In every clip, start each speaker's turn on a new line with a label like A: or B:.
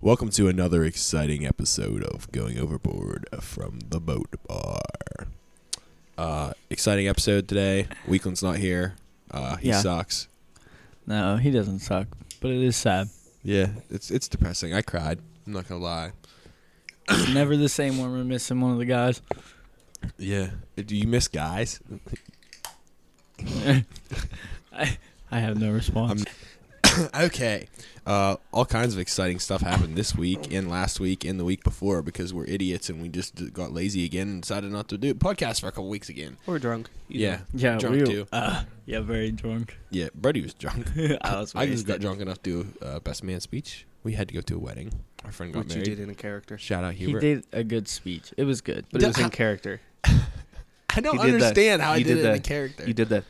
A: Welcome to another exciting episode of Going Overboard from the Boat Bar. Uh, exciting episode today. Weakland's not here. Uh, he
B: Yeah.
A: sucks.
B: No, he doesn't suck, but it is sad.
A: Yeah, it's it's depressing. I cried. I'm not gonna lie.
B: It's never the same when we're missing one of the guys.
A: Yeah. Do you miss guys?
B: I, I have no response.
A: okay. Uh, all kinds of exciting stuff happened this week and last week and the week before because we're idiots and we just d- got lazy again and decided not to do a podcast for a couple weeks again.
C: Or drunk. either
A: Yeah.
C: way.
B: yeah,
A: drunk
B: we,
A: too.
B: Uh, yeah, very drunk.
A: Yeah, Brody was drunk.
B: I was.
A: I just got
B: wasted.
A: drunk enough to do uh, best man speech. We had to go to a wedding. Our friend got
C: Which you
A: married.
C: did in a character.
A: Shout out
B: He
A: Hubert.
B: did a good speech. It was good.
C: But
A: Duh,
C: it was in
A: how-
C: character.
A: I don't
C: He did that.
A: understand how I
C: He
A: did,
C: did
A: it in the
C: that.
A: character.
C: You did that.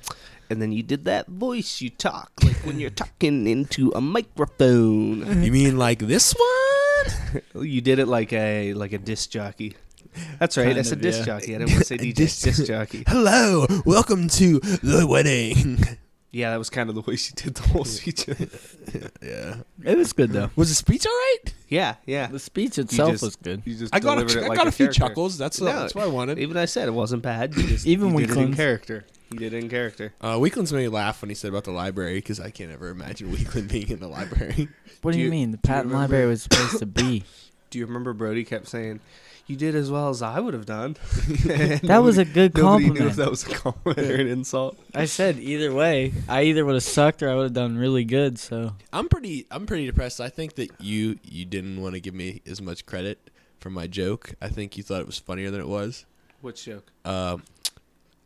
C: And then you did that voice you talk, like when you're talking into a microphone.
A: You mean like this one?
C: You did it like a like a disc jockey. That's right,
B: Kind
C: that's a
B: of,
C: disc
B: yeah.
C: jockey. I didn't want to say DJ
A: Disc-
C: disc, jockey.
A: Hello, welcome to the wedding.
C: Yeah, that was kind of the voice you did the whole speech.
A: yeah.
B: It was good though.
A: Was the speech all right?
C: yeah, yeah.
B: the speech itself
C: just-
B: was good.
C: You just
A: I got a,
C: delivered it
A: I
C: like
A: got a, few
C: character.
A: chuckles. That's uh,
C: No.
A: that's what I wanted.
C: Even I said it wasn't bad. You just,
B: Even
C: you
B: when
C: did it in
B: Clint's-
C: character. You did it in character.
A: Uh, Weakland's made me laugh when he said about the library because I can't ever imagine Weakland being in the library.
B: What do
C: do
B: you,
C: you-
B: mean? The
C: you
B: patent
C: remember-
B: library was supposed to be.
C: Do you remember Brody kept saying, "You did as well as I would have done."
B: That was a good
C: Nobody knew
B: compliment.
C: if that was a compliment or an insult.
B: I said either way, I either would have sucked or I would have done really good. So
A: I'm pretty I'm pretty depressed. I think that you you didn't want to give me as much credit for my joke. I think you thought it was funnier than it was.
C: What joke?
A: Um,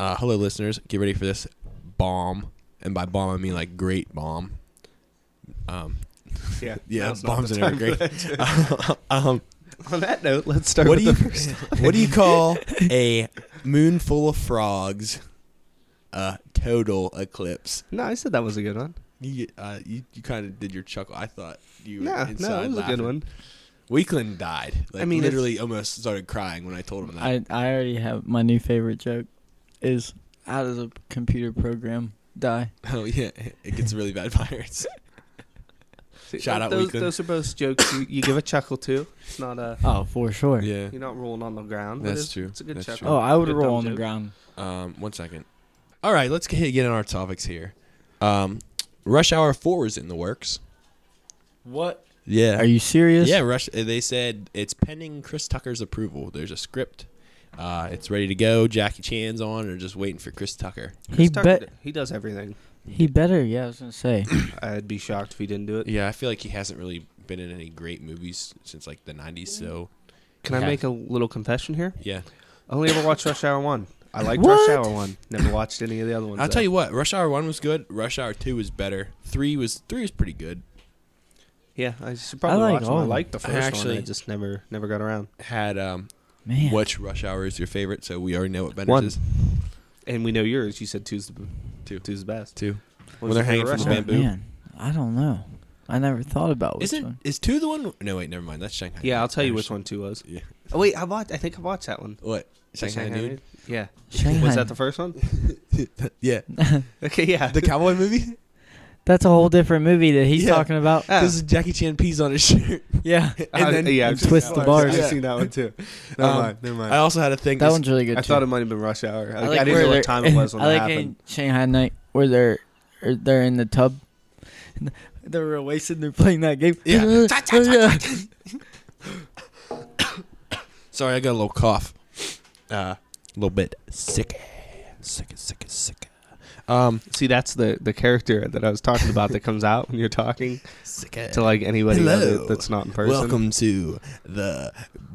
A: uh, hello, listeners. Get ready for this bomb, and by bomb I mean like great bomb. Um,
C: Yeah,
A: yeah,
C: now's not
A: bombs
C: the
A: in every
C: time for that
A: um,
C: joke. On that note, let's start.
A: what do
C: with
A: you
C: the first
A: what do you call a moon full of frogs? A total eclipse.
C: No, I said that was a good one.
A: You uh, you, you kind of did your chuckle. I thought you were
C: No,
A: inside
C: no, it was
A: laughing.
C: a good one.
A: Weakland died. Like,
C: I mean, it's-
A: literally almost started crying when I told him that.
B: I I already have my new favorite joke. Is how does a computer program die?
A: oh yeah, it gets really bad virus.
C: See,
A: Shout out
C: those,
A: Weekly.
C: those are both jokes you, you give a chuckle to. It's not a
B: Oh, for sure.
A: yeah,
C: you're not rolling on the ground. but
A: That's
C: it's,
A: true.
C: It's a good
A: That's
C: chuckle.
A: true.
B: Oh, I would
C: Good
B: roll
C: dumb
B: on the
C: joke.
B: ground.
A: Um, one second. All right, let's get get on our topics here. Um, Rush Hour Four is in the works.
B: What?
A: Yeah.
B: Are you serious?
A: yeah, Rush. uh, They said it's pending Chris Tucker's approval. There's a script. Uh, it's ready to go. Jackie Chan's on, or just waiting for Chris Tucker.
B: He
C: Chris Tucker
B: bet.
C: d- he does everything.
B: He better. Yeah, I was gonna say.
C: I'd be shocked if he didn't do it.
A: Yeah, I feel like he hasn't really been in any great movies since like the '90s. So
C: Can
A: Yeah.
C: I make a little confession here?
A: yeah,
C: I only ever watched Rush Hour One. I liked
B: What?
C: Rush Hour One. Never watched any of the other ones.
A: I'll
C: though.
A: tell you what. Rush Hour One was good. Rush Hour Two was better. Three was three was pretty good.
C: Yeah, I should probably
B: like
C: watch them.
B: all
C: I
B: of
C: liked the
A: them. I
C: first one.
A: actually-
C: I just never never got around.
A: Had um,
B: Man.
A: which Rush Hour is your favorite? So we already know what Bender's
C: One.
A: is.
C: And we know yours. You said two's the b-
A: Two.
C: Two's the best.
A: Two.
C: What
A: When
C: was
A: they're
C: your
A: hanging
C: favorite
A: from
B: Oh,
A: the
C: restaurant?
A: bamboo.
B: Man, I don't know. I never thought about which
A: Isn't
B: one.
A: is two the one? No, wait, never mind. That's Shanghai.
C: Yeah, I'll tell you
A: Noon.
C: which one two was.
A: Yeah.
C: Oh wait, I watched. I think I watched that one.
A: What
C: The
A: Shanghai,
C: Shanghai
A: Noon?
C: Noon? Yeah.
B: Shanghai.
C: Was that the first one?
A: Yeah,
C: Okay, yeah.
A: the cowboy movie.
B: That's a whole different movie that he's
A: Yeah.
B: talking about.
C: Ah.
A: This is Jackie Chan pees on his shirt.
B: Yeah.
C: Uh, yeah,
B: and twist the bars.
C: I've
A: Yeah.
C: seen that one too. Never
A: Um,
C: mind. Never mind.
A: I also had a thing.
B: That one's really good.
C: I
B: too.
C: thought it might have been Rush Hour. Like, I,
B: like
C: didn't
B: where
C: know
B: they're-
C: what time it was when
B: I like
C: that
B: in
C: happened.
B: Shanghai Night where they're or they're in the tub. and They're real wasted. They're playing that game.
A: Yeah.
B: Yeah.
A: Sorry, I got a little cough. Uh, a little bit sick. Sick, sick, sick. Um,
C: See, that's the the character that I was talking about that comes out when you're talking
A: sick.
C: to like anybody
A: Hello.
C: other that's not in person.
A: Welcome to the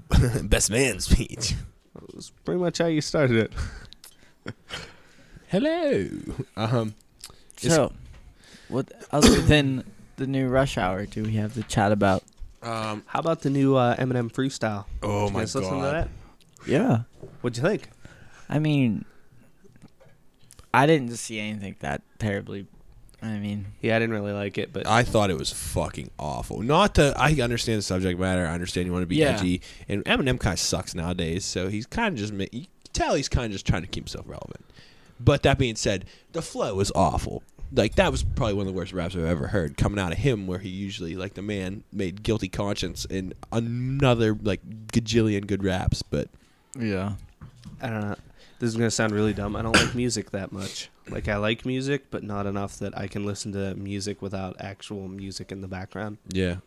A: best man speech.
C: That's pretty much how you started it.
A: Hello. Um,
B: So, what other than the new Rush Hour do we have to chat about?
A: um.
C: How about the new uh, Eminem freestyle?
A: Oh
C: Did you
A: my
C: guys listen to
A: god.
C: that?
B: Yeah.
C: What'd you think?
B: I mean, I didn't see anything that terribly. I mean,
C: Yeah, I didn't really like it, but
A: I thought it was fucking awful. Not to, I understand the subject matter. I understand you want to be
B: Yeah.
A: edgy, and Eminem kind of sucks nowadays. So he's kind of just, ma- you can tell he's kind of just trying to keep himself relevant. But that being said, the flow is awful. like that was probably one of the worst raps I've ever heard coming out of him, where he usually like the man made guilty conscience and another like gajillion good raps, but
B: Yeah.
C: I don't know. This is gonna sound really dumb. I don't like music that much. Like I like music, but not enough that I can listen to music without actual music in the background.
A: yeah,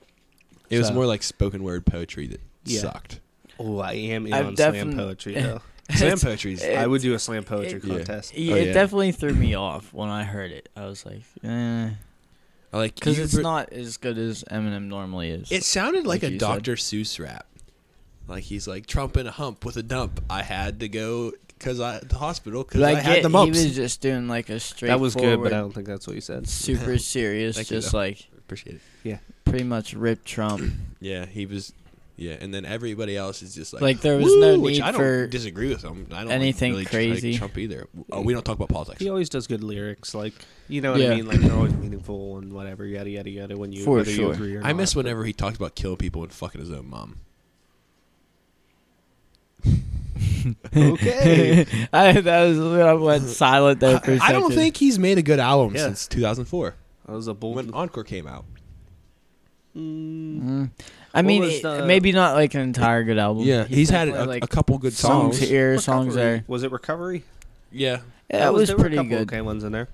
A: it was
C: So-
A: more like spoken word poetry that
C: Yeah.
A: sucked.
C: Oh, I am in
B: I've
C: on
B: defin-
C: slam poetry though.
A: Slam poetry's
B: it-
C: I would do a slam poetry
A: Yeah.
C: contest.
B: Yeah,
A: Oh,
B: it
A: yeah.
B: definitely threw me off when I heard it. I was like, eh.
A: I like
B: Because
A: you
B: it's
A: br-
B: not as good as Eminem normally is.
A: It sounded like,
B: Like
A: a
B: you said.
A: Dr. Seuss rap. Like he's like Trump in a hump with a dump. I had to go because I the hospital because
B: like
A: I had the mumps.
B: He was just doing like a straight.
C: That was good, but I don't think that's what you said.
B: super serious,
A: Thank you,
B: just
A: though.
B: like
A: Appreciate it.
B: pretty much ripped Trump.
A: Yeah, he was. Yeah, and then everybody else is just like
B: Like, there was no
A: "Woo," which
B: need
A: I don't
B: for
A: disagree with him. I don't like,
B: anything
A: really like
B: crazy.
A: Trump either. Oh, we don't talk about politics.
C: He always does good lyrics, like you know what
B: Yeah.
C: I mean. Like they're always meaningful and whatever, yada yada yada. When you
B: For
C: whether you
B: sure.
C: agree or
A: I miss
C: not, but-
A: whenever he talked about killing people and fucking his own mom.
C: Okay.
B: I that was I went silent there for a
A: I,
B: second.
A: I don't think he's made a good album
C: Yeah.
A: since 2004
C: That was a bold.
A: when Encore came out.
C: Mm,
B: Mm. I
C: What
B: mean,
C: was
B: it-
C: the-
B: maybe not like an entire good album.
A: Yeah, he's, had a,
B: definitely, like
A: a couple good songs.
B: songs here, songs
C: Recovery.
B: there.
C: Was it recovery?
A: Yeah,
B: Yeah,
C: That
B: it was
C: there were a
B: pretty
C: couple
B: good.
C: Okay, ones in there.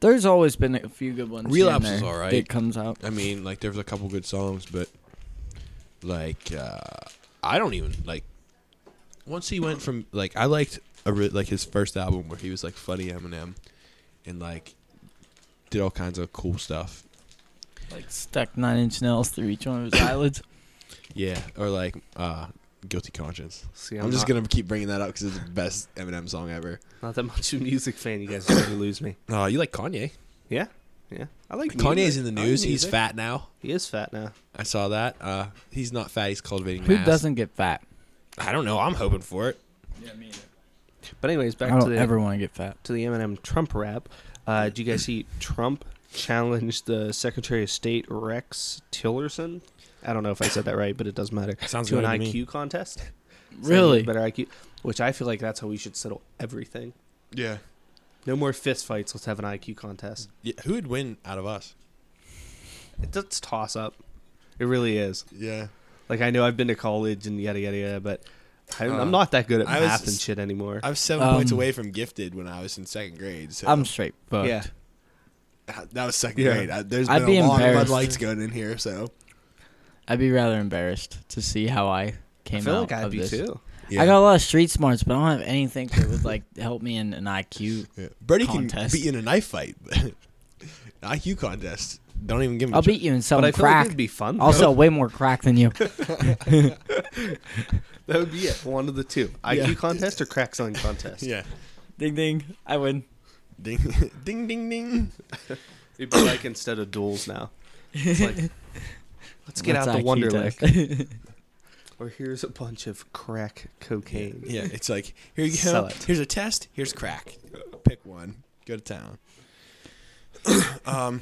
B: There's always been a few good ones. here and
A: Relapse is
B: there
A: alright.
B: That comes out.
A: I mean, like there was a couple good songs, but like uh, I don't even like. Once he went from like I liked a re- like his first album where he was like funny Eminem, and like did all kinds of cool stuff.
B: Like stuck nine inch nails through each one of his eyelids.
A: Yeah, or like uh, Guilty Conscience.
C: See,
A: I'm,
C: I'm,
A: just
C: not,
A: gonna keep bringing that up because it's the best Eminem song ever.
C: not that much of a music fan. You guys are gonna lose me.
A: Uh, you like Kanye?
C: Yeah, yeah. I like
A: Kanye's
C: music.
A: in the
C: I like
A: news. He's
C: music.
A: fat now.
C: He is fat now.
A: I saw that. Uh, he's not fat. He's cultivating
B: Who
A: mass.
B: doesn't get fat?
A: I don't know. I'm hoping for it.
C: But anyways, back
B: I
C: to
B: don't
C: the
B: ever want to get fat.
C: to the Eminem Trump rap. Uh, did you guys see Trump challenged the Secretary of State Rex Tillerson? I don't know if I said that right, but it doesn't matter.
A: Sounds
C: to
A: good
C: an
A: to
C: IQ
A: me.
C: contest. So
B: Really?
C: better IQ. Which I feel like that's how we should settle everything.
A: Yeah.
C: No more fist fights. Let's have an IQ contest.
A: yeah. Who would win out of us?
C: It's a toss up. It really is.
A: Yeah.
C: Like I know I've been to college and yada yada yada, but I,
A: Uh,
C: I'm not that good at
A: I was
C: math and
A: s-
C: shit anymore.
A: I was seven
B: Um,
A: points away from gifted when I was in second grade. So
B: I'm straight fucked.
C: yeah,
A: that was second
C: Yeah.
A: grade. I, there's
B: I'd
A: been
B: be
A: a lot of Bud
B: embarrassed.
A: Lights going in here. So
B: I'd be rather embarrassed to see how I
C: I
B: came
C: feel
B: out
C: like I'd
B: of
C: be
B: this.
C: too.
B: I got a lot of street smarts, but I don't have anything that would like help me in an IQ.
A: Yeah. Brady can
B: contest.
A: beat you in a knife fight. IQ contest. Don't even give him.
B: I'll
A: a tr-
B: beat you in
C: But I
B: some
C: feel like
B: crack.
C: it'd be fun.
B: I'll sell way more crack than you.
C: That would be it. One of the two. IQ
A: Yeah.
C: contest or crack selling contest.
A: Yeah.
B: ding ding, I win.
A: Ding, ding, ding, ding.
C: It'd be like instead of duels now. It's like, let's get out the Wonderlick. Or here's a bunch of crack cocaine.
A: Yeah, it's like here you
C: Sell
A: go.
C: it.
A: Here's a test. Here's crack. Pick one. Go to town. um.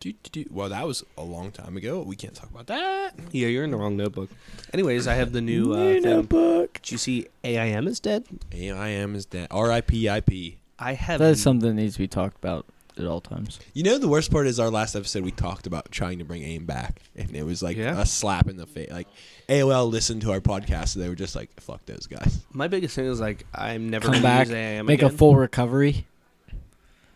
A: Do, do, do. Well, that was a long time ago. We can't talk about that.
C: Yeah, you're in the wrong notebook. Anyways, I have the new. Uh, thing.
B: notebook.
C: Did you see AIM is dead?
A: AIM is dead. R.I.P.I.P.
C: I have.
B: That's something that needs to be talked about at all times.
A: You know the worst part is our last episode we talked about trying to bring AIM back, and it was like
C: Yeah.
A: a slap in the face. Like AOL listened to our podcast, so they were just like, "Fuck those guys."
C: My biggest thing is like I'm never
B: Come
C: gonna
B: back,
C: use AIM
B: Make
C: again.
B: a full recovery.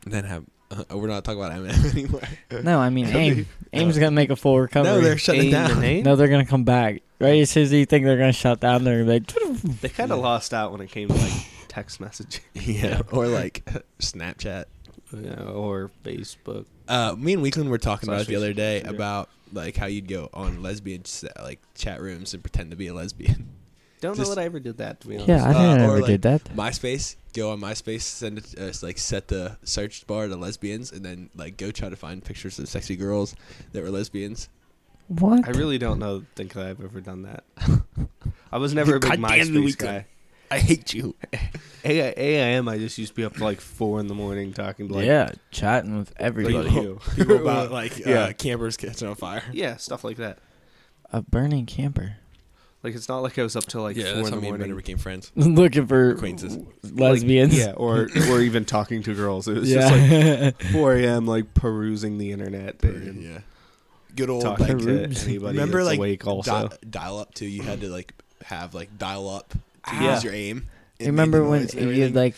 A: And then have uh, we're not talking about M&M anymore.
B: No, I mean aim. Aim's gonna make a full recovery.
A: No, they're shutting it
C: AIM and
A: down.
C: AIM?
B: No, they're gonna come back. Right as soon as you think they're gonna shut down, they're gonna be like,
C: They kind of lost out when it came to like text messaging
A: Yeah, or like Snapchat.
C: Yeah, or Facebook.
A: Uh, me and Weekland were talking about it the
C: Slash
A: other day
C: Facebook, yeah.
A: about like how you'd go on lesbian s- like chat rooms and pretend to be a lesbian.
C: Don't
A: Just-
C: know that I ever did that. To be honest,
B: "Yeah, I
A: Uh,
B: think I
A: or
B: ever
A: like
B: did that."
A: MySpace, go on MySpace, send it, uh, like set the search bar to lesbians, and then like go try to find pictures of sexy girls that were lesbians.
B: What?
C: I really don't know. Think that I've ever done that. I was never a big
A: God damn you,
C: MySpace
A: Weekly.
C: guy.
A: I hate you.
C: A- AIM, I just used to be up to like four in the morning talking to like
B: yeah, chatting with
C: like
B: everybody.
C: you.
A: People about like
C: Yeah.
A: uh, campers catching on fire.
C: yeah, stuff like that.
B: A burning camper.
C: Like it's not like I was up till like
A: yeah,
C: four
A: that's
C: in
A: how
C: the
A: me and Brenner
C: morning.
A: became friends.
B: Looking for
A: Acquaintances.
B: lesbians.
C: Like, yeah, or or even talking to girls. It was just like
B: yeah.
C: 4 a.m. like perusing the internet and
A: Yeah. Good old
C: talking
A: like,
C: to anybody
A: Remember,
C: that's
A: like,
C: awake. Also,
A: dial up too. You had to like have like dial up to
C: Ah.
B: Yeah.
A: use your aim. It made
B: remember
A: the
B: when
A: noise and
B: you'd
A: everything.
B: like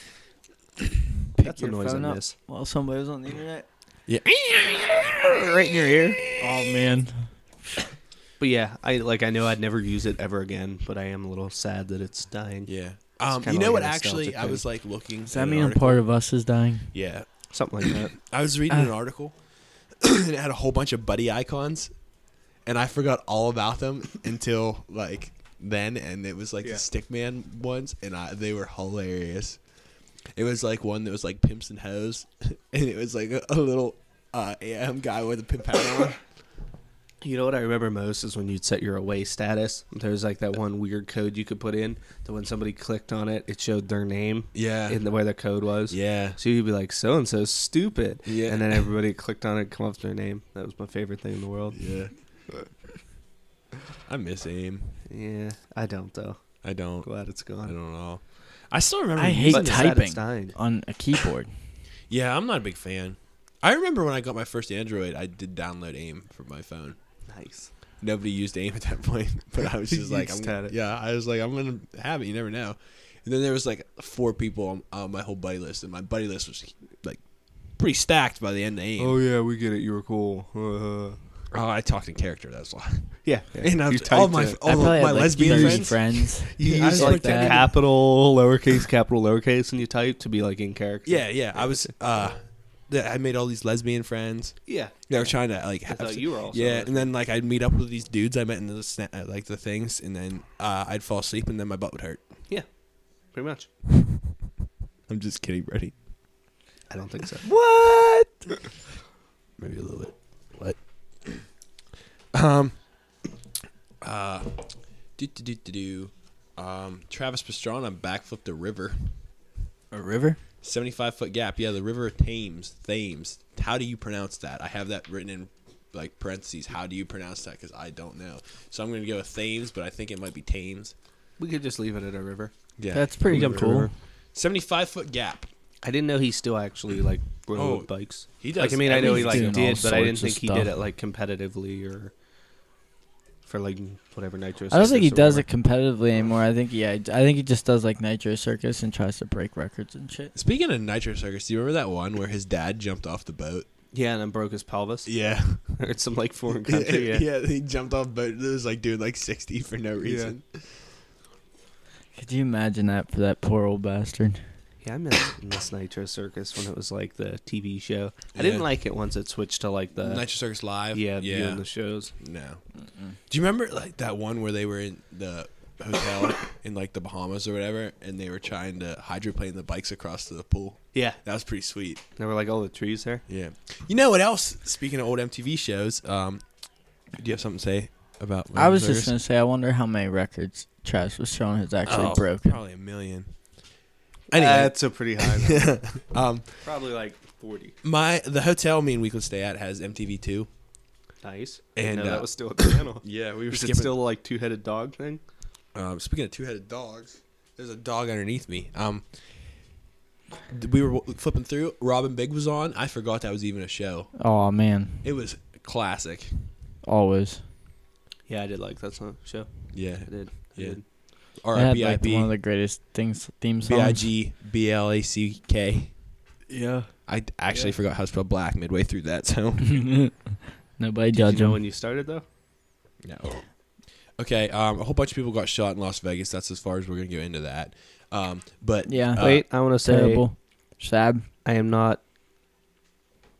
B: pick
C: that's a
B: your
C: noise
B: phone
C: I
B: up
C: miss.
B: while somebody was on the internet?
A: Yeah.
B: right in your ear. Oh man.
C: But yeah, I like I know I'd never use it ever again, but I am a little sad that it's dying.
A: Yeah. Um,
C: kinda
A: you know what?
C: like a
A: Actually,
C: nostalgic
A: I
C: thing.
A: was like looking.
B: Does
A: at
B: that
A: an
B: mean a
A: article.
B: part of us is dying?
A: Yeah,
C: Something like that.
A: I was reading
B: Ah.
A: an article, and it had a whole bunch of buddy icons, and I forgot all about them until like then, and it was like
C: Yeah.
A: the Stickman ones, and I they were hilarious. It was like one that was like pimps and hoes, and it was like a, a little uh, AM guy with a pimp hat on.
C: You know what I remember most is when you'd set your away status. There's like that one weird code you could put in that when somebody clicked on it, it showed their name
A: Yeah,
C: in the where their code was.
A: yeah.
C: So you'd be like, so and so stupid.
A: Yeah.
C: And then everybody clicked on it, and come up with their name. That was my favorite thing in the world.
A: Yeah. I miss AIM.
C: Yeah. I don't though.
A: I don't.
C: Glad it's
A: I
C: gone.
A: don't know. I still remember.
B: I hate
A: using
C: But
A: it.
C: it's sad
B: typing.
C: it's dying.
B: On a keyboard.
A: Yeah, I'm not a big fan. I remember when I got my first Android, I did download AIM for my phone.
C: Nice.
A: Nobody used AIM at that point, but I was
C: You
A: just like,
C: just
A: I'm,
C: had it.
A: yeah, I was like, I'm gonna have it. You never know. And then there was like four people on, on my whole buddy list, and my buddy list was like pretty stacked by the end of AIM. Oh,
C: yeah, we get it. You were cool. Uh,
A: I talked in character. That's why.
C: yeah.
A: And I
C: You
A: was, all
C: typed
A: my
C: it.
A: all
B: I
A: of
B: probably
A: Oh, my
B: had, like,
A: lesbian
B: 30
A: friends.
C: You
A: Yeah, I
C: use
A: just
C: like
A: looked
C: the
A: at it.
C: capital, lowercase, capital, lowercase, and you type to be like in character.
A: Yeah, yeah. I was. uh that I made all these lesbian friends.
C: Yeah.
A: They were trying to like.
C: I
A: have-
C: thought you were also.
A: yeah, and then like I'd meet up with these dudes I met in the sna- uh, like the things, and then uh, I'd fall asleep, and then my butt would hurt.
C: yeah. Pretty much.
A: I'm just kidding, Brady.
C: I don't think so.
B: What?
A: Maybe a little bit. What? Um. Uh. Do do do do do. Um. Travis Pastrana backflipped a river,
B: A river?
A: seventy-five foot gap. Yeah, the River Thames. Thames. How do you pronounce that? I have that written in like parentheses. How do you pronounce that? Because I don't know. So I'm gonna go with Thames, but I think it might be Thames.
C: We could just leave it at a river.
A: Yeah,
B: That's pretty
C: Jumped
B: cool.
C: over.
A: seventy-five foot gap.
C: I didn't know he still actually like rode
A: Oh,
C: bikes.
A: He does.
C: Like I mean, I know he
A: everything.
C: like
B: doing all
C: did, but I didn't
B: sorts of
C: think he did
B: stuff.
C: it like competitively or for like whatever nitrous.
B: I don't think he
C: Circus or
B: does it competitively anymore. I think yeah, I think he just does like Nitro Circus and tries to break records and shit.
A: Speaking of Nitro Circus, do you remember that one where his dad jumped off the boat?
C: Yeah, and then broke his pelvis.
A: Yeah.
C: it's some like foreign country.
A: yeah,
C: Yeah.
A: he jumped off boat. It was like dude, like sixty for no reason.
B: Could you imagine that for that poor old bastard?
C: Yeah, I miss, miss Nitro Circus when it was like the TV show. I didn't
A: Yeah.
C: like it once it switched to like the
A: Nitro Circus live.
C: yeah,
A: yeah.
C: viewing the shows.
A: no. Do you remember like that one where they were in the hotel in like the Bahamas or whatever, and they were trying to hydroplane the bikes across to the pool?
C: Yeah,
A: That was pretty sweet.
C: there were like all the trees there.
A: Yeah. You know what else? Speaking of old MTV shows, um, do you have something to say about?
B: I was
A: Circus?
B: just gonna say, I wonder how many records Travis was showing has actually
A: Oh,
B: broken.
A: Probably a million. Anyway,
C: that's a pretty high. number.
A: um,
C: Probably like forty.
A: my the hotel me and we could stay at has MTV two.
C: Nice.
A: And,
C: And
A: uh,
C: that was still a channel.
A: Yeah, we
C: Is it still like two headed dog thing?
A: um, speaking of two headed dogs, there's a dog underneath me. Um, th- we were w- flipping through. Robin Big was on. I forgot that was even a show.
B: Oh man,
A: It was classic.
B: always.
C: Yeah, I did like that song show.
A: Yeah.
C: I did. I
A: Yeah.
C: did.
B: It had
A: R I B I
B: like one of
A: B
B: the greatest things theme songs.
A: B I G B L A C K.
C: Yeah.
A: I d- actually
C: Yeah.
A: forgot how to spell black midway through that. So
B: Nobody
C: Did
B: judge
C: you know
B: him.
C: when you started though?
A: No. Okay, um, a whole bunch of people got shot in Las Vegas. That's as far as we're gonna go into that. Um, but
B: Yeah.
A: uh,
C: Wait, I want to say
B: Terrible. Sad.
C: I am not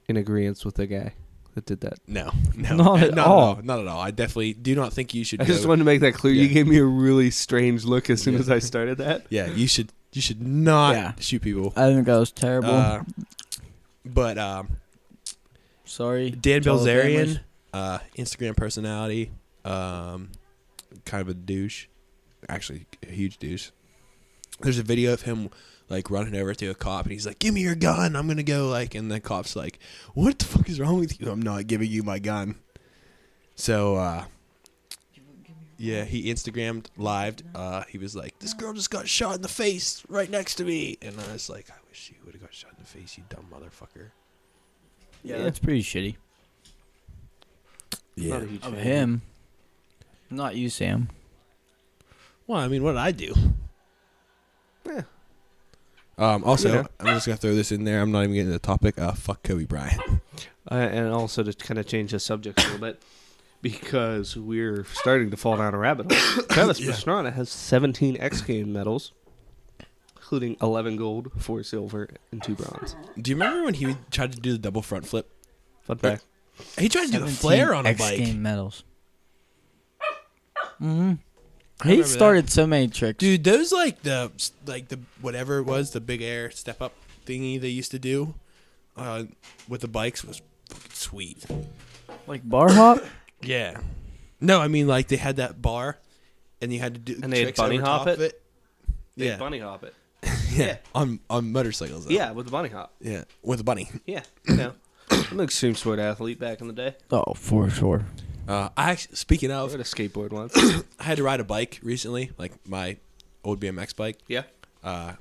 C: in agreement with the guy that did that.
A: no, no,
B: Not at all.
A: not at all. I definitely do not think you should.
C: I
A: go-
C: just wanted to make that clear. You
A: Yeah.
C: gave me a really strange look as soon
A: Yeah.
C: as I started that.
A: yeah, you should. You should not
B: Yeah.
A: shoot people.
B: I think that was terrible.
A: Uh, but um,
B: Sorry.
A: Dan
B: to all the
A: Bilzerian,
B: families.
A: uh, Instagram personality, um, kind of a douche, actually a huge douche. There's a video of him like running over to a cop, and he's like, "Give me your gun! I'm gonna go!" Like, and the cop's like, "What the fuck is wrong with you? I'm not giving you my gun." So, uh, Yeah, he Instagrammed lived. Uh, he was like, "This girl just got shot in the face right next to me," and I was like, "I wish you would have got shot in the face, you dumb motherfucker."
B: Yeah, that's pretty shitty.
C: Not a huge
B: Of
C: fan.
B: him. Not you, Sam.
A: Well, I mean, what did I do?
C: Yeah.
A: Um, also,
C: Yeah.
A: I'm just gonna throw this in there. I'm not even getting to the topic. Uh, fuck Kobe Bryant.
C: Uh, and also to kind of change the subject a little bit because we're starting to fall down a rabbit hole. Travis
A: Yeah.
C: Pastrana has 17 X Game medals, including 11 gold, 4 silver, and 2 bronze.
A: Do you remember when he tried to do the double front flip?
C: Fun fact.
A: He tried to do a
B: 17
A: flare on a
B: X
A: bike.
B: Game medals. hmm
A: I
B: He
A: remember that.
B: started so many tricks.
A: Dude, those like the like the whatever it was the big air step up thingy they used to do uh, with the bikes was fucking sweet.
B: Like bar hop?
A: Yeah. No, I mean like they had that bar, and you had to do
C: And they had
A: tricks
C: bunny
A: over
C: hop
A: top of
C: it? They
A: Yeah.
C: bunny hop it.
A: yeah, on on motorcycles. Though.
C: Yeah, with the bunny hop.
A: yeah, with a bunny.
C: Yeah. yeah. I'm an extreme sport athlete back in the day.
B: Oh, for sure.
A: Uh, I actually, speaking
C: I rode
A: of,
C: a skateboard once.
A: I had to ride a bike recently, like my old BMX bike.
C: yeah.
A: Uh,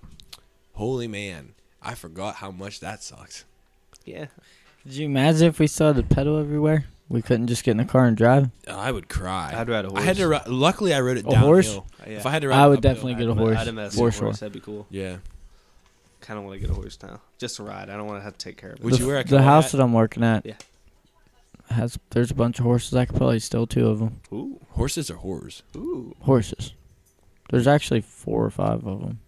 A: holy man, I forgot how much that sucks.
C: Yeah.
B: Did you imagine if we saw the pedal everywhere? We couldn't just get in the car and drive?
A: I would cry.
C: I'd ride a
A: I had to.
C: horse. Uh,
A: Ri- luckily, I rode it
B: A
A: downhill.
B: horse?
C: Yeah.
A: If I had to, ride
B: I
A: it
B: would
A: uphill,
B: definitely
A: I'd
B: get a
A: ride
B: horse.
C: I'd invest
B: for
C: in a horse.
B: sure.
C: That'd be cool.
A: Yeah.
C: Kind of want to get a horse now. Just to ride. I don't want to have to take care of it.
A: Would
B: the,
A: you wear a
B: the
A: cowboy
B: house
A: hat?
B: that I'm working at?
C: Yeah.
B: Has there's a bunch of horses. I could probably steal two of them.
C: Ooh.
A: Horses are horrors.
C: Ooh.
B: Horses. There's actually four or five of them.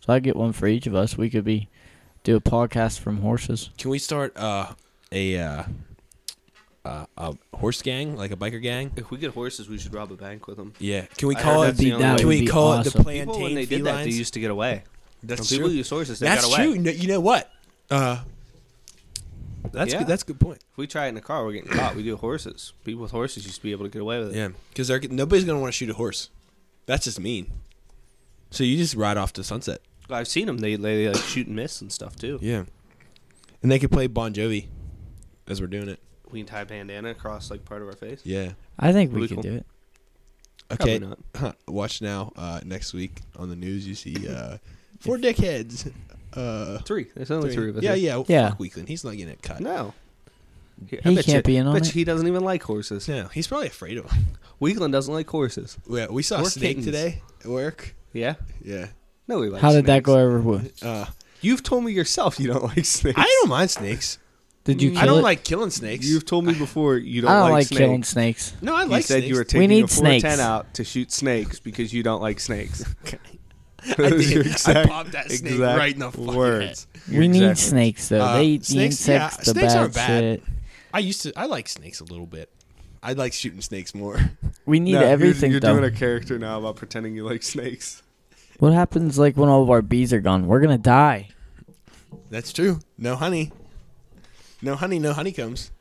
B: So I get one for each of us. We could be do a podcast from horses.
A: Can we start uh, a uh, uh, a horse gang, like a biker gang?
C: If we get horses, we should rob a bank with them.
A: Yeah. Can we
C: I
A: call
C: heard
A: it
C: that's the
A: the?
C: only way.
A: Can we
B: That'd be
A: call it the
B: awesome.
A: plantain
C: People, when they did that, they
A: felines?
C: used to get away.
A: that's
C: When
A: true.
C: people use horses, they
A: That's
C: got away.
A: true. No, you know what? Uh, that's
C: Yeah.
A: good. that's a good point.
C: If we try it in a car, we're getting caught. We do horses. People with horses used to be able to get away with it.
A: Yeah, because nobody's gonna want to shoot a horse. That's just mean. So you just ride off to sunset.
C: I've seen them. They, they like shoot and miss and stuff too.
A: Yeah, and they could play Bon Jovi as we're doing it.
C: We can tie a bandana across like part of our face.
A: Yeah.
B: I think we
C: Really
B: could
C: cool.
B: do it.
A: Okay.
C: Probably not.
A: Watch now. Uh, next week on the news, you see uh, four dickheads. Uh,
C: Three. There's only three, of us.
A: yeah,
C: here.
A: yeah.
B: Yeah.
A: Fuck Weakland. He's not getting it cut.
C: No. Here,
B: He
C: bet
B: can't
C: you-
B: be in on
C: bet
B: it.
C: you He doesn't even like horses.
A: No, he's probably afraid of him.
C: Weakland doesn't like horses.
A: Yeah, we saw a
C: Or
A: snake
C: kittens.
A: today at work.
C: Yeah.
A: Yeah.
C: No, he likes.
B: How did that
C: snakes.
B: go over? with?
A: Uh,
C: You've told me yourself you don't like snakes.
A: I don't mind snakes.
B: Did you? Kill
A: I don't
B: it?
A: like killing snakes.
C: You've told me before you don't,
B: I don't like,
C: like, snakes.
B: killing snakes.
A: no, I
C: You
A: like
C: said
A: snakes.
C: you were taking
B: need
C: a 410
B: snakes.
C: out to shoot snakes because you don't like snakes.
A: I,
C: Those are
A: did. I
C: exact-
A: popped that snake
C: exact
A: right in the fucking
C: words.
A: head.
B: We
C: Exactly.
B: need snakes though.
A: Uh,
B: they eat
A: snakes-
B: the insects,
A: yeah,
B: the
A: snakes
B: bad
A: aren't bad.
B: shit.
A: I used to. I like snakes a little bit. I like shooting snakes more.
B: We need
C: No, you're-
B: everything
C: You're,
B: though.
C: doing a character now about pretending you like snakes.
B: What happens like when all of our bees are gone? We're gonna die.
A: That's true. No honey. No honey. No honeycombs.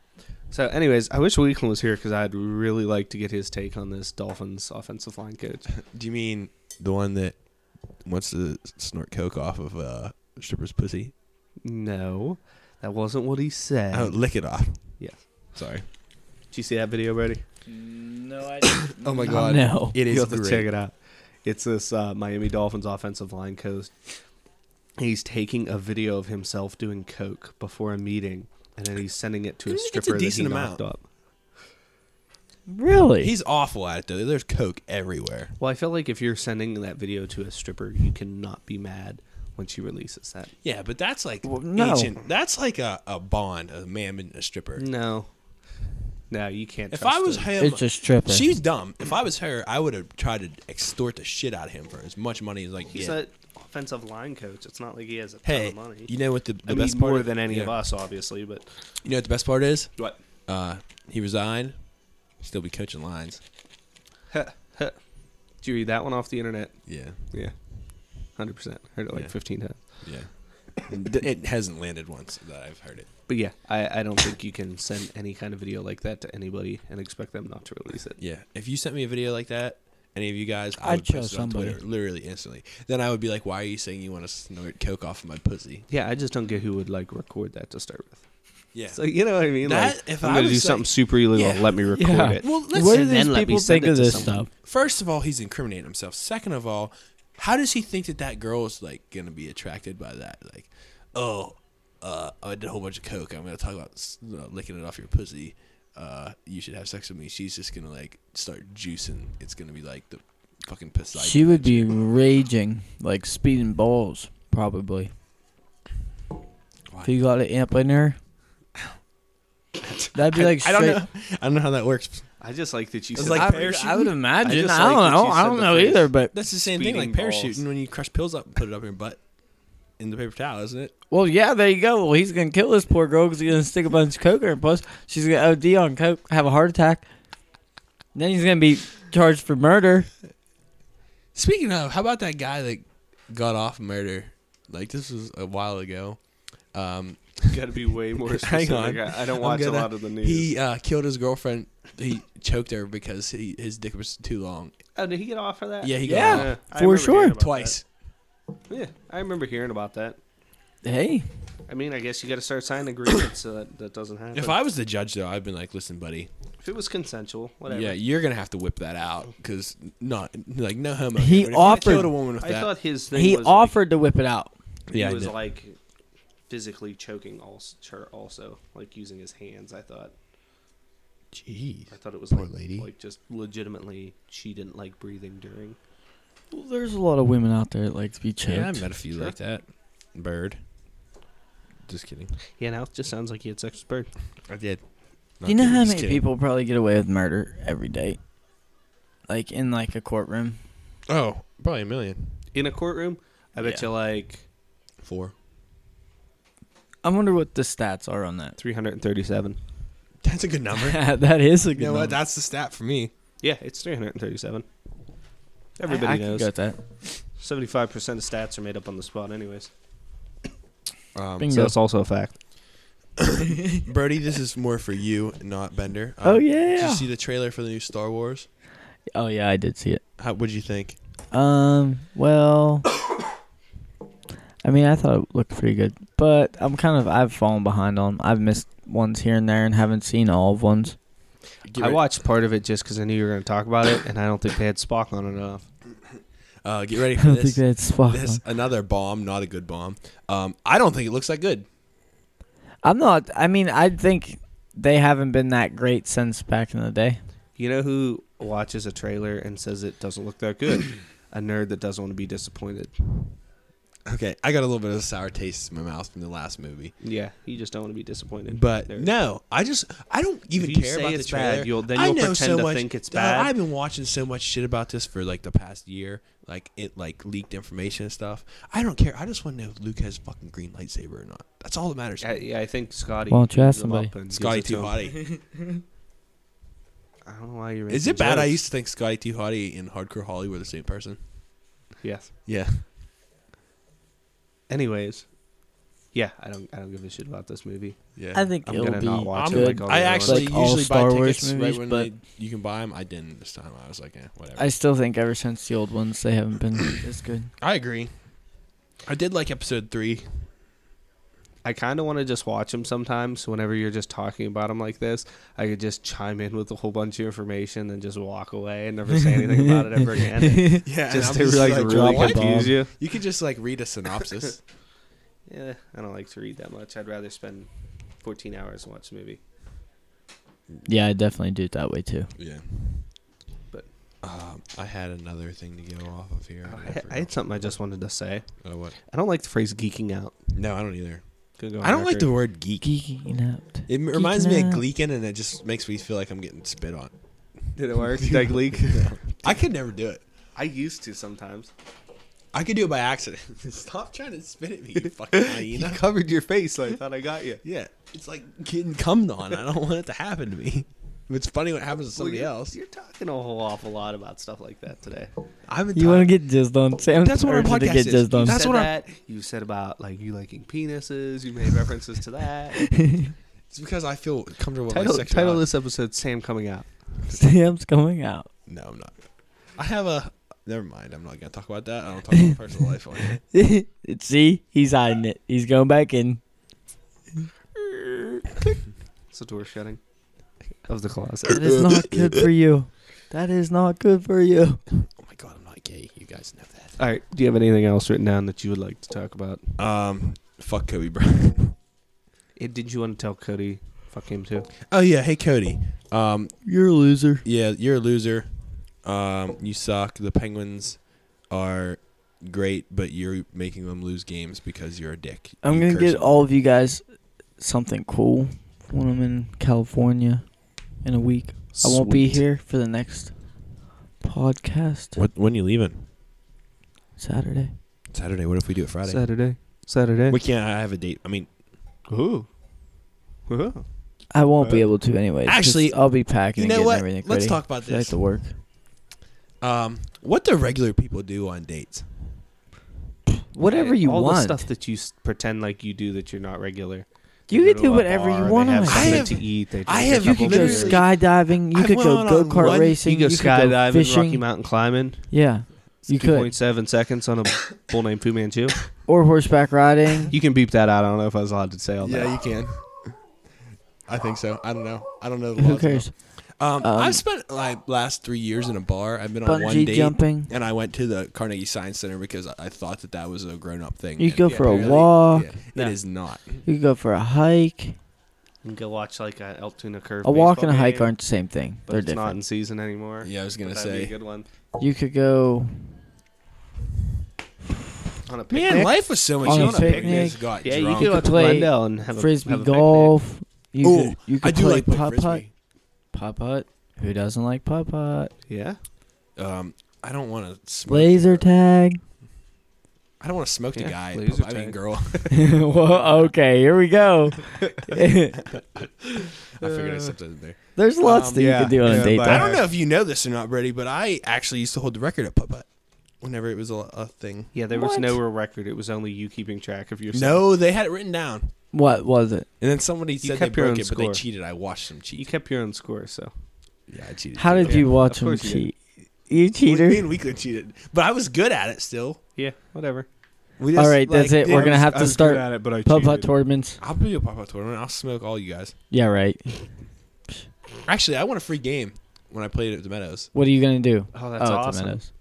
C: So, anyways, I wish Weekland was here because I'd really like to get his take on this Dolphins offensive line coach.
A: Do you mean the one that wants to snort coke off of uh, a stripper's pussy?
C: No, that wasn't what he said.
A: Oh, lick it off.
C: Yes.
A: Sorry.
C: Did you see that video, Brady?
B: No, I.
A: Oh my god.
B: No.
A: It is
C: you have to
A: great.
C: check it out. It's this uh, Miami Dolphins offensive line coach. He's taking a video of himself doing coke before a meeting, and then he's sending it to
A: I
C: a
A: think it's a
C: stripper that he
A: decent amount.
C: knocked up.
B: Really?
A: He's awful at it though. There's coke everywhere.
C: Well, I feel like if you're sending that video to a stripper, you cannot be mad when she releases that.
A: Yeah, but that's like
B: Well, no.
A: ancient. That's like a, a bond, a man and a stripper.
C: No, no, you can't.
A: If
C: trust
A: I was
C: it.
A: him,
B: it's just tripping.
A: she was dumb. If I was her, I would have tried to extort the shit out of him for as much money as like.
C: he's
A: yeah.
C: an offensive line coach. It's not like he has a ton
A: Hey,
C: of money.
A: you know what the, the
C: I mean,
A: best part
C: more
A: is?
C: than any of
A: Yeah.
C: us, obviously. But
A: You know what the best part is?
C: what?
A: Uh, he resigned. Still be coaching lines.
C: Did you read that one off the internet?
A: Yeah,
C: Yeah, hundred percent. Heard it like
A: Yeah.
C: fifteen times.
A: yeah. it hasn't landed once that I've heard it.
C: But yeah, I, I don't think you can send any kind of video like that to anybody and expect them not to release it.
A: Yeah. If you sent me a video like that, any of you guys, I
B: I'd
A: would post
B: show
A: it on
B: somebody.
A: Twitter literally instantly. Then I would be like, "Why are you saying you want to snort coke off of my pussy?"
C: Yeah, I just don't get who would like record that to start with.
A: Yeah.
C: So you know what I mean?
A: That-
C: like,
A: if
C: I'm
A: I
C: gonna
A: was
C: do
A: like-
C: something super illegal.
A: Yeah.
C: Let me record
B: Yeah.
C: it.
A: well,
B: what do
A: listen.
C: and
B: these
C: then let me
B: people
C: send
B: think
C: it
B: of
C: to
B: this
C: someone.
B: stuff?
A: First of all, he's incriminating himself. Second of all, how does he think that that girl is like gonna be attracted by that? Like, oh, uh, I did a whole bunch of coke. I'm gonna talk about s- uh, licking it off your pussy. Uh, you should have sex with me. She's just gonna like start juicing. It's gonna be like the fucking Poseidon.
B: She would be raging, like speeding balls, probably.
A: Why?
B: If you got an amp in there, that'd be like
A: I, I don't
B: straight-
A: know. I don't know how that works.
C: I just like that you
A: It's
C: said
A: like
B: I,
C: that.
B: would,
A: parachute?
B: I would imagine. I,
C: I just
B: don't
C: like that
B: know.
C: you
B: I
C: said
B: don't
C: the
B: know
C: phrase.
B: either. But
A: That's the same thing like
C: Speeding balls.
A: parachuting when you crush pills up and put it up your butt in the paper towel, isn't it?
B: well, yeah, there you go. Well, he's gonna kill this poor girl because he's gonna stick a bunch of coke in her. Plus, she's gonna OD on coke, have a heart attack. Then he's gonna be charged for murder.
A: Speaking of, how about that guy that got off murder? Like this was a while ago. Um,
C: Got to be way more
A: Hang
C: specific.
A: on.
C: I, I don't
A: I'm
C: watch
A: gonna-
C: a lot of the news.
A: he uh, killed his girlfriend. He choked her because he, his dick was too long.
C: oh, did he get off for that?
A: Yeah, he got
B: Yeah.
A: off
C: I
B: For
C: remember
B: sure.
C: hearing about
A: twice.
C: that. Yeah, I remember hearing about that.
B: Hey,
C: I mean, I guess you got to start signing agreements so that, that doesn't happen.
A: If I was the judge, though, I've been like, "Listen, buddy,
C: if it was consensual, whatever.
A: yeah, you're gonna have to whip that out because not like no homo."
B: He
A: If you
B: offered-
A: killed a woman with
C: I
A: that.
C: thought his thing
B: he
C: was
B: offered to whip it out.
C: like,
A: yeah, I
C: he was
A: did.
C: like physically choking als- her also, like using his hands. I thought
A: Jeez.
C: I thought it was
A: Poor
C: like,
A: lady.
C: like just legitimately she didn't like breathing during.
B: Well, there's a lot of women out there that like to be choked.
A: Yeah, I met a few
C: Sure.
A: like that. Bird. Just kidding.
C: Yeah, now it just sounds like he had sex with Bird.
A: I did.
B: Do you know how many people probably get away with murder every day? Like in like a courtroom.
A: Oh, probably a million.
C: In a courtroom, I bet
B: Yeah.
C: you like
A: Four.
B: I wonder what the stats are on that.
C: 337.
A: That's a good number.
B: that is a good.
A: you know what?
B: number.
A: That's the stat for me.
C: Yeah, it's 337.
B: I-
C: Everybody
B: I,
C: knows.
B: Can get that.
C: 75% of stats are made up on the spot, anyways.
A: Um,
B: Bing.
C: So
B: Bingo.
C: that's also a fact.
A: Brody, this is more for you, not Bender. Um,
B: Oh
A: Did you
B: yeah.
A: see the trailer for the new Star Wars?
B: Oh yeah, I did see it.
A: How would you think?
B: Um. Well. I mean, I thought it looked pretty good, but I'm kind of I've fallen behind on. I've missed ones here and there, and haven't seen all of ones.
A: Get
C: I
A: rea-
C: watched part of it just because I knew you were going to talk about it, and I don't think they had Spock on enough.
A: Uh, get ready
B: I
A: for
B: don't
A: this.
B: think that's spot
A: This
B: on.
A: another bomb, not a good bomb. Um, I don't think it looks that good.
B: I'm not. I mean, I think they haven't been that great since back in the day.
C: You know who watches a trailer and says it doesn't look that good? a nerd that doesn't want to be disappointed.
A: Okay, I got a little bit of a sour taste in my mouth from the last movie,
C: Yeah, you just don't want to be disappointed.
A: but
C: There-
A: no, I just I don't even
C: If you
A: care
C: say
A: about the
C: it's bad,
A: trailer.
C: you'll- then
A: I
C: you'll
A: know
C: pretend
A: so
C: to
A: much,
C: think it's
A: uh,
C: bad.
A: I've been watching so much shit about this for like the past year, like it like leaked information and stuff. I don't care. I just want to know if Luke has fucking green lightsaber or not. That's all that matters.
C: I, yeah, I think Scotty.
B: Why don't you ask
C: gives them
B: somebody?
C: up and gives
A: Scotty
C: it to
A: too
C: him.
A: hottie.
C: I don't know why you're.
A: Is it bad? I used to think Scotty too hottie and Hardcore Holly were the same person.
C: Yes.
A: Yeah.
C: Anyways, yeah, I don't. I don't give a shit about this movie.
A: Yeah.
B: I think
C: I'm
B: it'll
C: gonna
B: be
C: not watch
A: I'm-
C: it
B: good.
C: like all the
A: I
C: other
A: actually
B: Like all
A: usually buy
B: Star Wars
A: tickets right
B: movies,
A: when
B: but-
A: they, you can buy them. I didn't this time. I was like, eh, whatever.
B: I
A: I,
B: still think ever since the old ones they haven't been as good.
A: agree. I did like episode three.
C: I kind of want to just watch them sometimes. Whenever you're just talking about them like this, I could just chime in with a whole bunch of information and just walk away and never say anything about it ever again.
A: Yeah,
C: just to like, really
B: what?
C: confuse you.
A: You could just like read a synopsis.
C: Yeah, I don't like to read that much. I'd rather spend 14 hours and watch a movie.
B: Yeah, I definitely do it that way too.
A: yeah,
C: But-
A: um, I had another thing to go off of here. and
C: I, I had
A: forgot.
C: something I just wanted to say.
A: oh, what?
C: I don't like the phrase "geeking out."
A: No, I don't either.
C: Gonna go
A: I don't
C: on
A: like
C: record.
A: the word geek.
B: Geeking out.
A: It m- reminds me of
B: out.
A: Gleekin, and it just makes me feel like I'm getting spit on.
C: Did it work? Did I leak?
A: I could never do it.
C: I used to sometimes.
A: I could do it by accident. Stop trying to spit at me, you fucking hyena.
C: covered your face. So I thought I got you.
A: Yeah, it's like getting cummed on. I don't want it to happen to me. It's funny what happens to
C: Well,
A: somebody
C: you're-
A: else.
C: You're talking a whole awful lot about stuff like that today.
A: I'm in
B: You want to get jizzed on? Sam
A: That's what our
B: urgent to
A: podcast
B: get
A: is.
B: jizzed on.
A: That's
C: That's said
A: what I-
C: that. You said about like you liking penises. You made references to that.
A: It's because I feel comfortable. with
C: title
A: my
C: title
A: sexuality.
C: this episode "Sam Coming Out."
B: Sam's coming out.
A: No, I'm not. I have a. Never mind. I'm not gonna talk about that. I don't talk about my personal life on here.
B: See, he's hiding it. He's going back in.
C: the door shutting of the closet.
B: That is not good for you. That is not good for you.
A: Oh my god, I'm not gay. You guys know that.
C: All right. Do you have anything else written down that you would like to talk about?
A: Um, fuck Kobe Bryant.
C: It, did you want to tell Cody? Fuck him too.
A: oh yeah, hey Cody. Um,
B: You're a loser.
A: yeah, you're a loser. Um, you suck. The Penguins are great, but you're making them lose games because you're a dick.
B: I'm
A: You
B: gonna
A: curse
B: get
A: them.
B: all of you guys something cool when I'm in California in a week. I won't be
C: Sweet.
B: here for the next podcast
A: What, when you leaving?
B: Saturday.
A: Saturday. What if we do it Friday?
C: Saturday. Saturday.
A: We can't. I have a date. I mean,
C: Ooh. Ooh.
B: I won't be
C: Uh,
B: able to anyways. 'cause
A: actually,
B: I'll be packing.
A: you know
B: and getting
A: what?
B: Everything
A: Let's
B: ready.
A: talk about
B: 'Cause I have
A: this.
B: to work.
A: um, what do regular people do on dates?
B: Whatever you
C: All
B: want.
C: the stuff that you s- pretend like you do that you're not regular.
B: You
C: They
B: could
C: go to
B: do
C: a
B: whatever you
C: bar, they
B: want on
C: have
B: a
C: something
A: date.
C: to eat. They
A: I
C: drink a
A: have-
B: You
C: couple
B: could go
A: Literally.
C: beers.
B: skydiving. You
A: I
B: could
A: went
B: go
A: on
B: go kart
A: one-
B: racing.
C: You go skydiving,
B: fishing.
C: Rocky Mountain climbing.
B: Yeah, You
C: Two point seven seconds on a bull named Fu Manchu.
B: or horseback riding.
C: You can beep that out. I don't know if I was allowed to say all that.
A: you can. I think so. I don't know. I don't know.
B: Who cares?
A: Um,
B: Um,
A: I've spent my last three years in a bar. I've been on one
B: Bungee
A: date,
B: jumping.
A: and I went to the Carnegie Science Center because I I thought that that was a grown-up thing.
B: You
A: and
B: go for a
A: apparently-
B: walk.
A: yeah,
C: No.
A: It is not.
B: You could go for a hike.
C: You can go watch like a Altoona curve.
B: A walk and a
C: baseball
B: hike
C: game,
B: aren't the same thing.
C: But
B: They're
C: it's not in
B: different.
C: season anymore.
A: Yeah, I was gonna
C: But that'd be a
A: say.
C: good one.
B: You could go.
C: On a picnic.
A: Man, life was so much
B: On a
A: fun.
B: picnic.
A: Picnics got
C: yeah,
A: drunk.
C: you could
B: could
C: watch
B: play
C: Glendale and have a-
B: frisbee
C: have a picnic.
B: golf. You
A: Ooh,
B: could, you could
A: I do
B: play
A: like playing
B: putt putt.
A: frisbee.
B: Putt putt. Who doesn't like putt putt?
C: Yeah.
A: Um, I don't want to smoke.
B: Laser tag.
A: I don't want to smoke the
C: Yeah,
A: guy.
C: laser
A: I mean,
C: tag.
A: girl.
B: well, okay, here we go.
A: I figured I slipped that in there.
B: There's lots
C: Um,
B: that
C: Uh, yeah,
B: you could do on
C: yeah,
B: a date.
C: but-
A: I
B: though.
A: don't know if you know this or not, Brady, but I actually used to hold the record at putt putt. Whenever it was a, a thing.
C: Yeah, there was
B: What?
C: no record. It was only you keeping track of yourself.
A: No, they had it written down.
B: What was it?
A: And then somebody said they
C: kept your
A: broke
C: own
A: it, but they
C: score.
A: cheated. I watched them cheat.
C: You kept your own score, so.
A: yeah, I cheated.
B: How
A: too.
B: did
C: Yeah,
B: you watch
C: of
B: him
C: course you did.
B: cheat? You cheater.
A: Me and Weekly cheated, but I was good at it still.
C: Yeah, whatever.
A: We
B: All right, that's it.
A: did-
B: We're gonna have to start
C: it, but I
B: Pub Hut tournaments.
A: I'll be a pop up tournament. I'll smoke all you guys.
B: Yeah, right.
A: Actually, I won a free game when I played at the Meadows.
B: What are you gonna do?
C: Oh,
B: oh,
C: that's
B: it's a
C: awesome.
B: Meadows.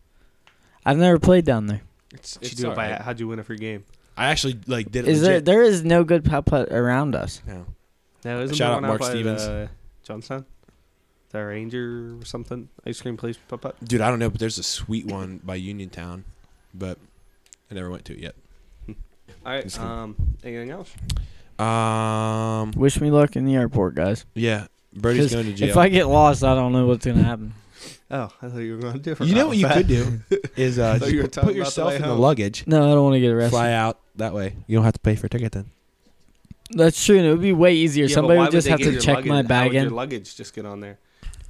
B: I've never played down there.
A: It's,
C: Did you
A: it's
C: do it by,
A: alright.
C: how'd you win a free game?
A: I actually like did it.
B: Is there?
A: legit.
B: There is no good putt putt around us.
A: No.
C: No, isn't
A: Shout
C: the
A: out
C: one
A: Mark
C: by
A: Stevens.
C: the Johnstown? The Ranger or something? Ice cream place pop up?
A: Dude, I don't know, but there's a sweet one by Uniontown, but I never went to it yet.
C: All right.
A: It's good.
C: Um, anything else?
A: Um,
B: Wish me luck in the airport, guys.
A: yeah, Brody's
B: 'Cause
A: going to jail.
B: If I get lost, I don't know what's gonna happen.
C: Oh, I thought you were going to do
A: you know what you could do is uh,
C: Thought you were
A: just
C: talking
A: put
C: about
A: yourself
C: the way
A: in the
C: home.
A: luggage,
B: No, I don't want to get arrested.
A: fly out that way. You don't have to pay for a ticket then.
B: That's true. And it would be way easier. somebody would just have to check my bag
C: Your
B: in.
C: luggage just get on there.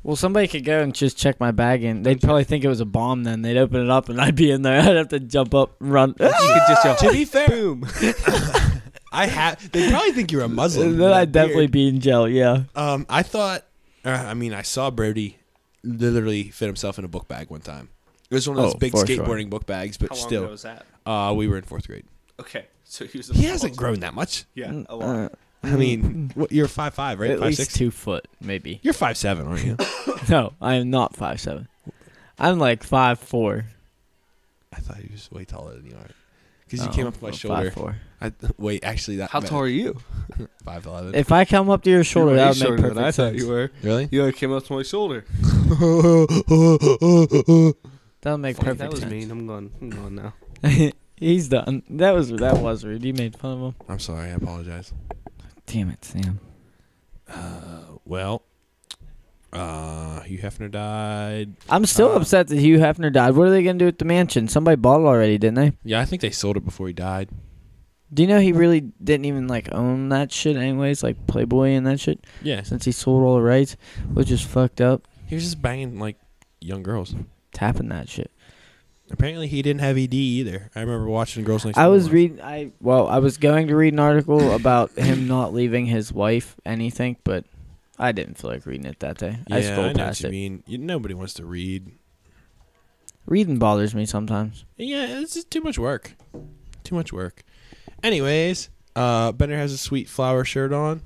B: Well, somebody could go and just check my bag in. They'd probably think it was a bomb. Then they'd open it up, and I'd be in there. I'd have to jump up, and run.
C: You could just yell,
A: to be fair,
C: boom.
A: I have. They probably think you're a Muslim.
B: then I'd
A: Weird.
B: definitely be in jail. Yeah.
A: Um, I thought. Uh, I mean, I saw Brody literally fit himself in a book bag one time. It was one of those
B: Oh,
A: big
B: for sure.
A: skateboarding book bags, but
C: How long ago
A: still,
C: was that?
A: uh, we were in fourth grade.
C: Okay, so he was.
A: He hasn't grown that much.
C: Yeah, a lot.
B: Uh,
A: I mean, what, you're five five, right?
B: Mm. at
A: five
B: least
A: six.
B: two foot, maybe.
A: You're five seven, aren't you?
B: No, I am not five seven. I'm like five four.
A: I thought he was way taller than you are. Because
B: Oh,
A: you came up to my
B: well,
A: shoulder.
B: Five, four.
A: I, wait, actually, that
C: How tall are you?
A: Five eleven.
B: If I come up to your shoulder,
C: You're way
B: that would
C: shorter
B: make
C: than I
B: perfect
C: thought
B: sense.
C: you were.
A: really?
C: You like came up to my shoulder.
B: That would make
A: Fuck,
B: perfect
C: That was
B: sense.
C: mean. I'm going. I'm going now.
B: He's done. That was that was rude. You made fun of him.
A: I'm sorry. I apologize.
B: Damn it, Sam.
A: Uh, well, uh, Hugh Hefner died.
B: I'm still
A: Uh,
B: upset that Hugh Hefner died. What are they gonna do with the mansion? Somebody bought it already, didn't they?
A: Yeah, I think they sold it before he died.
B: Do you know he really didn't even like own that shit anyways, like Playboy and that shit,
A: Yeah,
B: since he sold all the rights, which is fucked up.
A: he was just banging like young girls.
B: Tapping that shit.
A: Apparently, he didn't have ED either. I remember watching Girls Next
B: I
A: Door
B: was
A: once.
B: reading. I well, I was going to read an article about him not leaving his wife anything, but I didn't feel like reading it that day.
A: Yeah,
B: I
A: I,
B: scrolled
A: know
B: past
A: what you
B: it.
A: mean. You, nobody wants to read.
B: Reading bothers me sometimes.
A: Yeah, it's just too much work. Too much work. Anyways, uh, Benner has a sweet flower shirt on.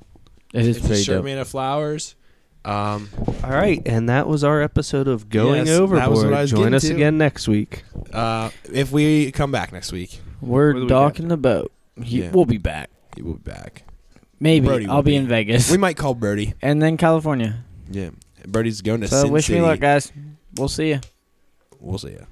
B: It is
A: It's a
B: pretty
A: shirt
B: dope.
A: made of flowers. Um,
C: All right, and that was our episode of
A: Yes,
C: Going
A: that was
C: Overboard.
A: what I was
C: Join
A: getting
C: us
A: to.
C: again next week.
A: uh, if we come back next week,
C: What do
B: We're
C: we
B: docking the boat. He-
A: Yeah.
B: We'll be back.
A: he will be back.
B: Maybe
A: Brody will
B: I'll be,
A: be.
B: in Vegas
A: We might call Birdie.
B: and then California.
A: Yeah, Birdie's going to
B: So
A: Sin
B: wish
A: City.
B: me luck, guys. We'll see you.
A: We'll see ya.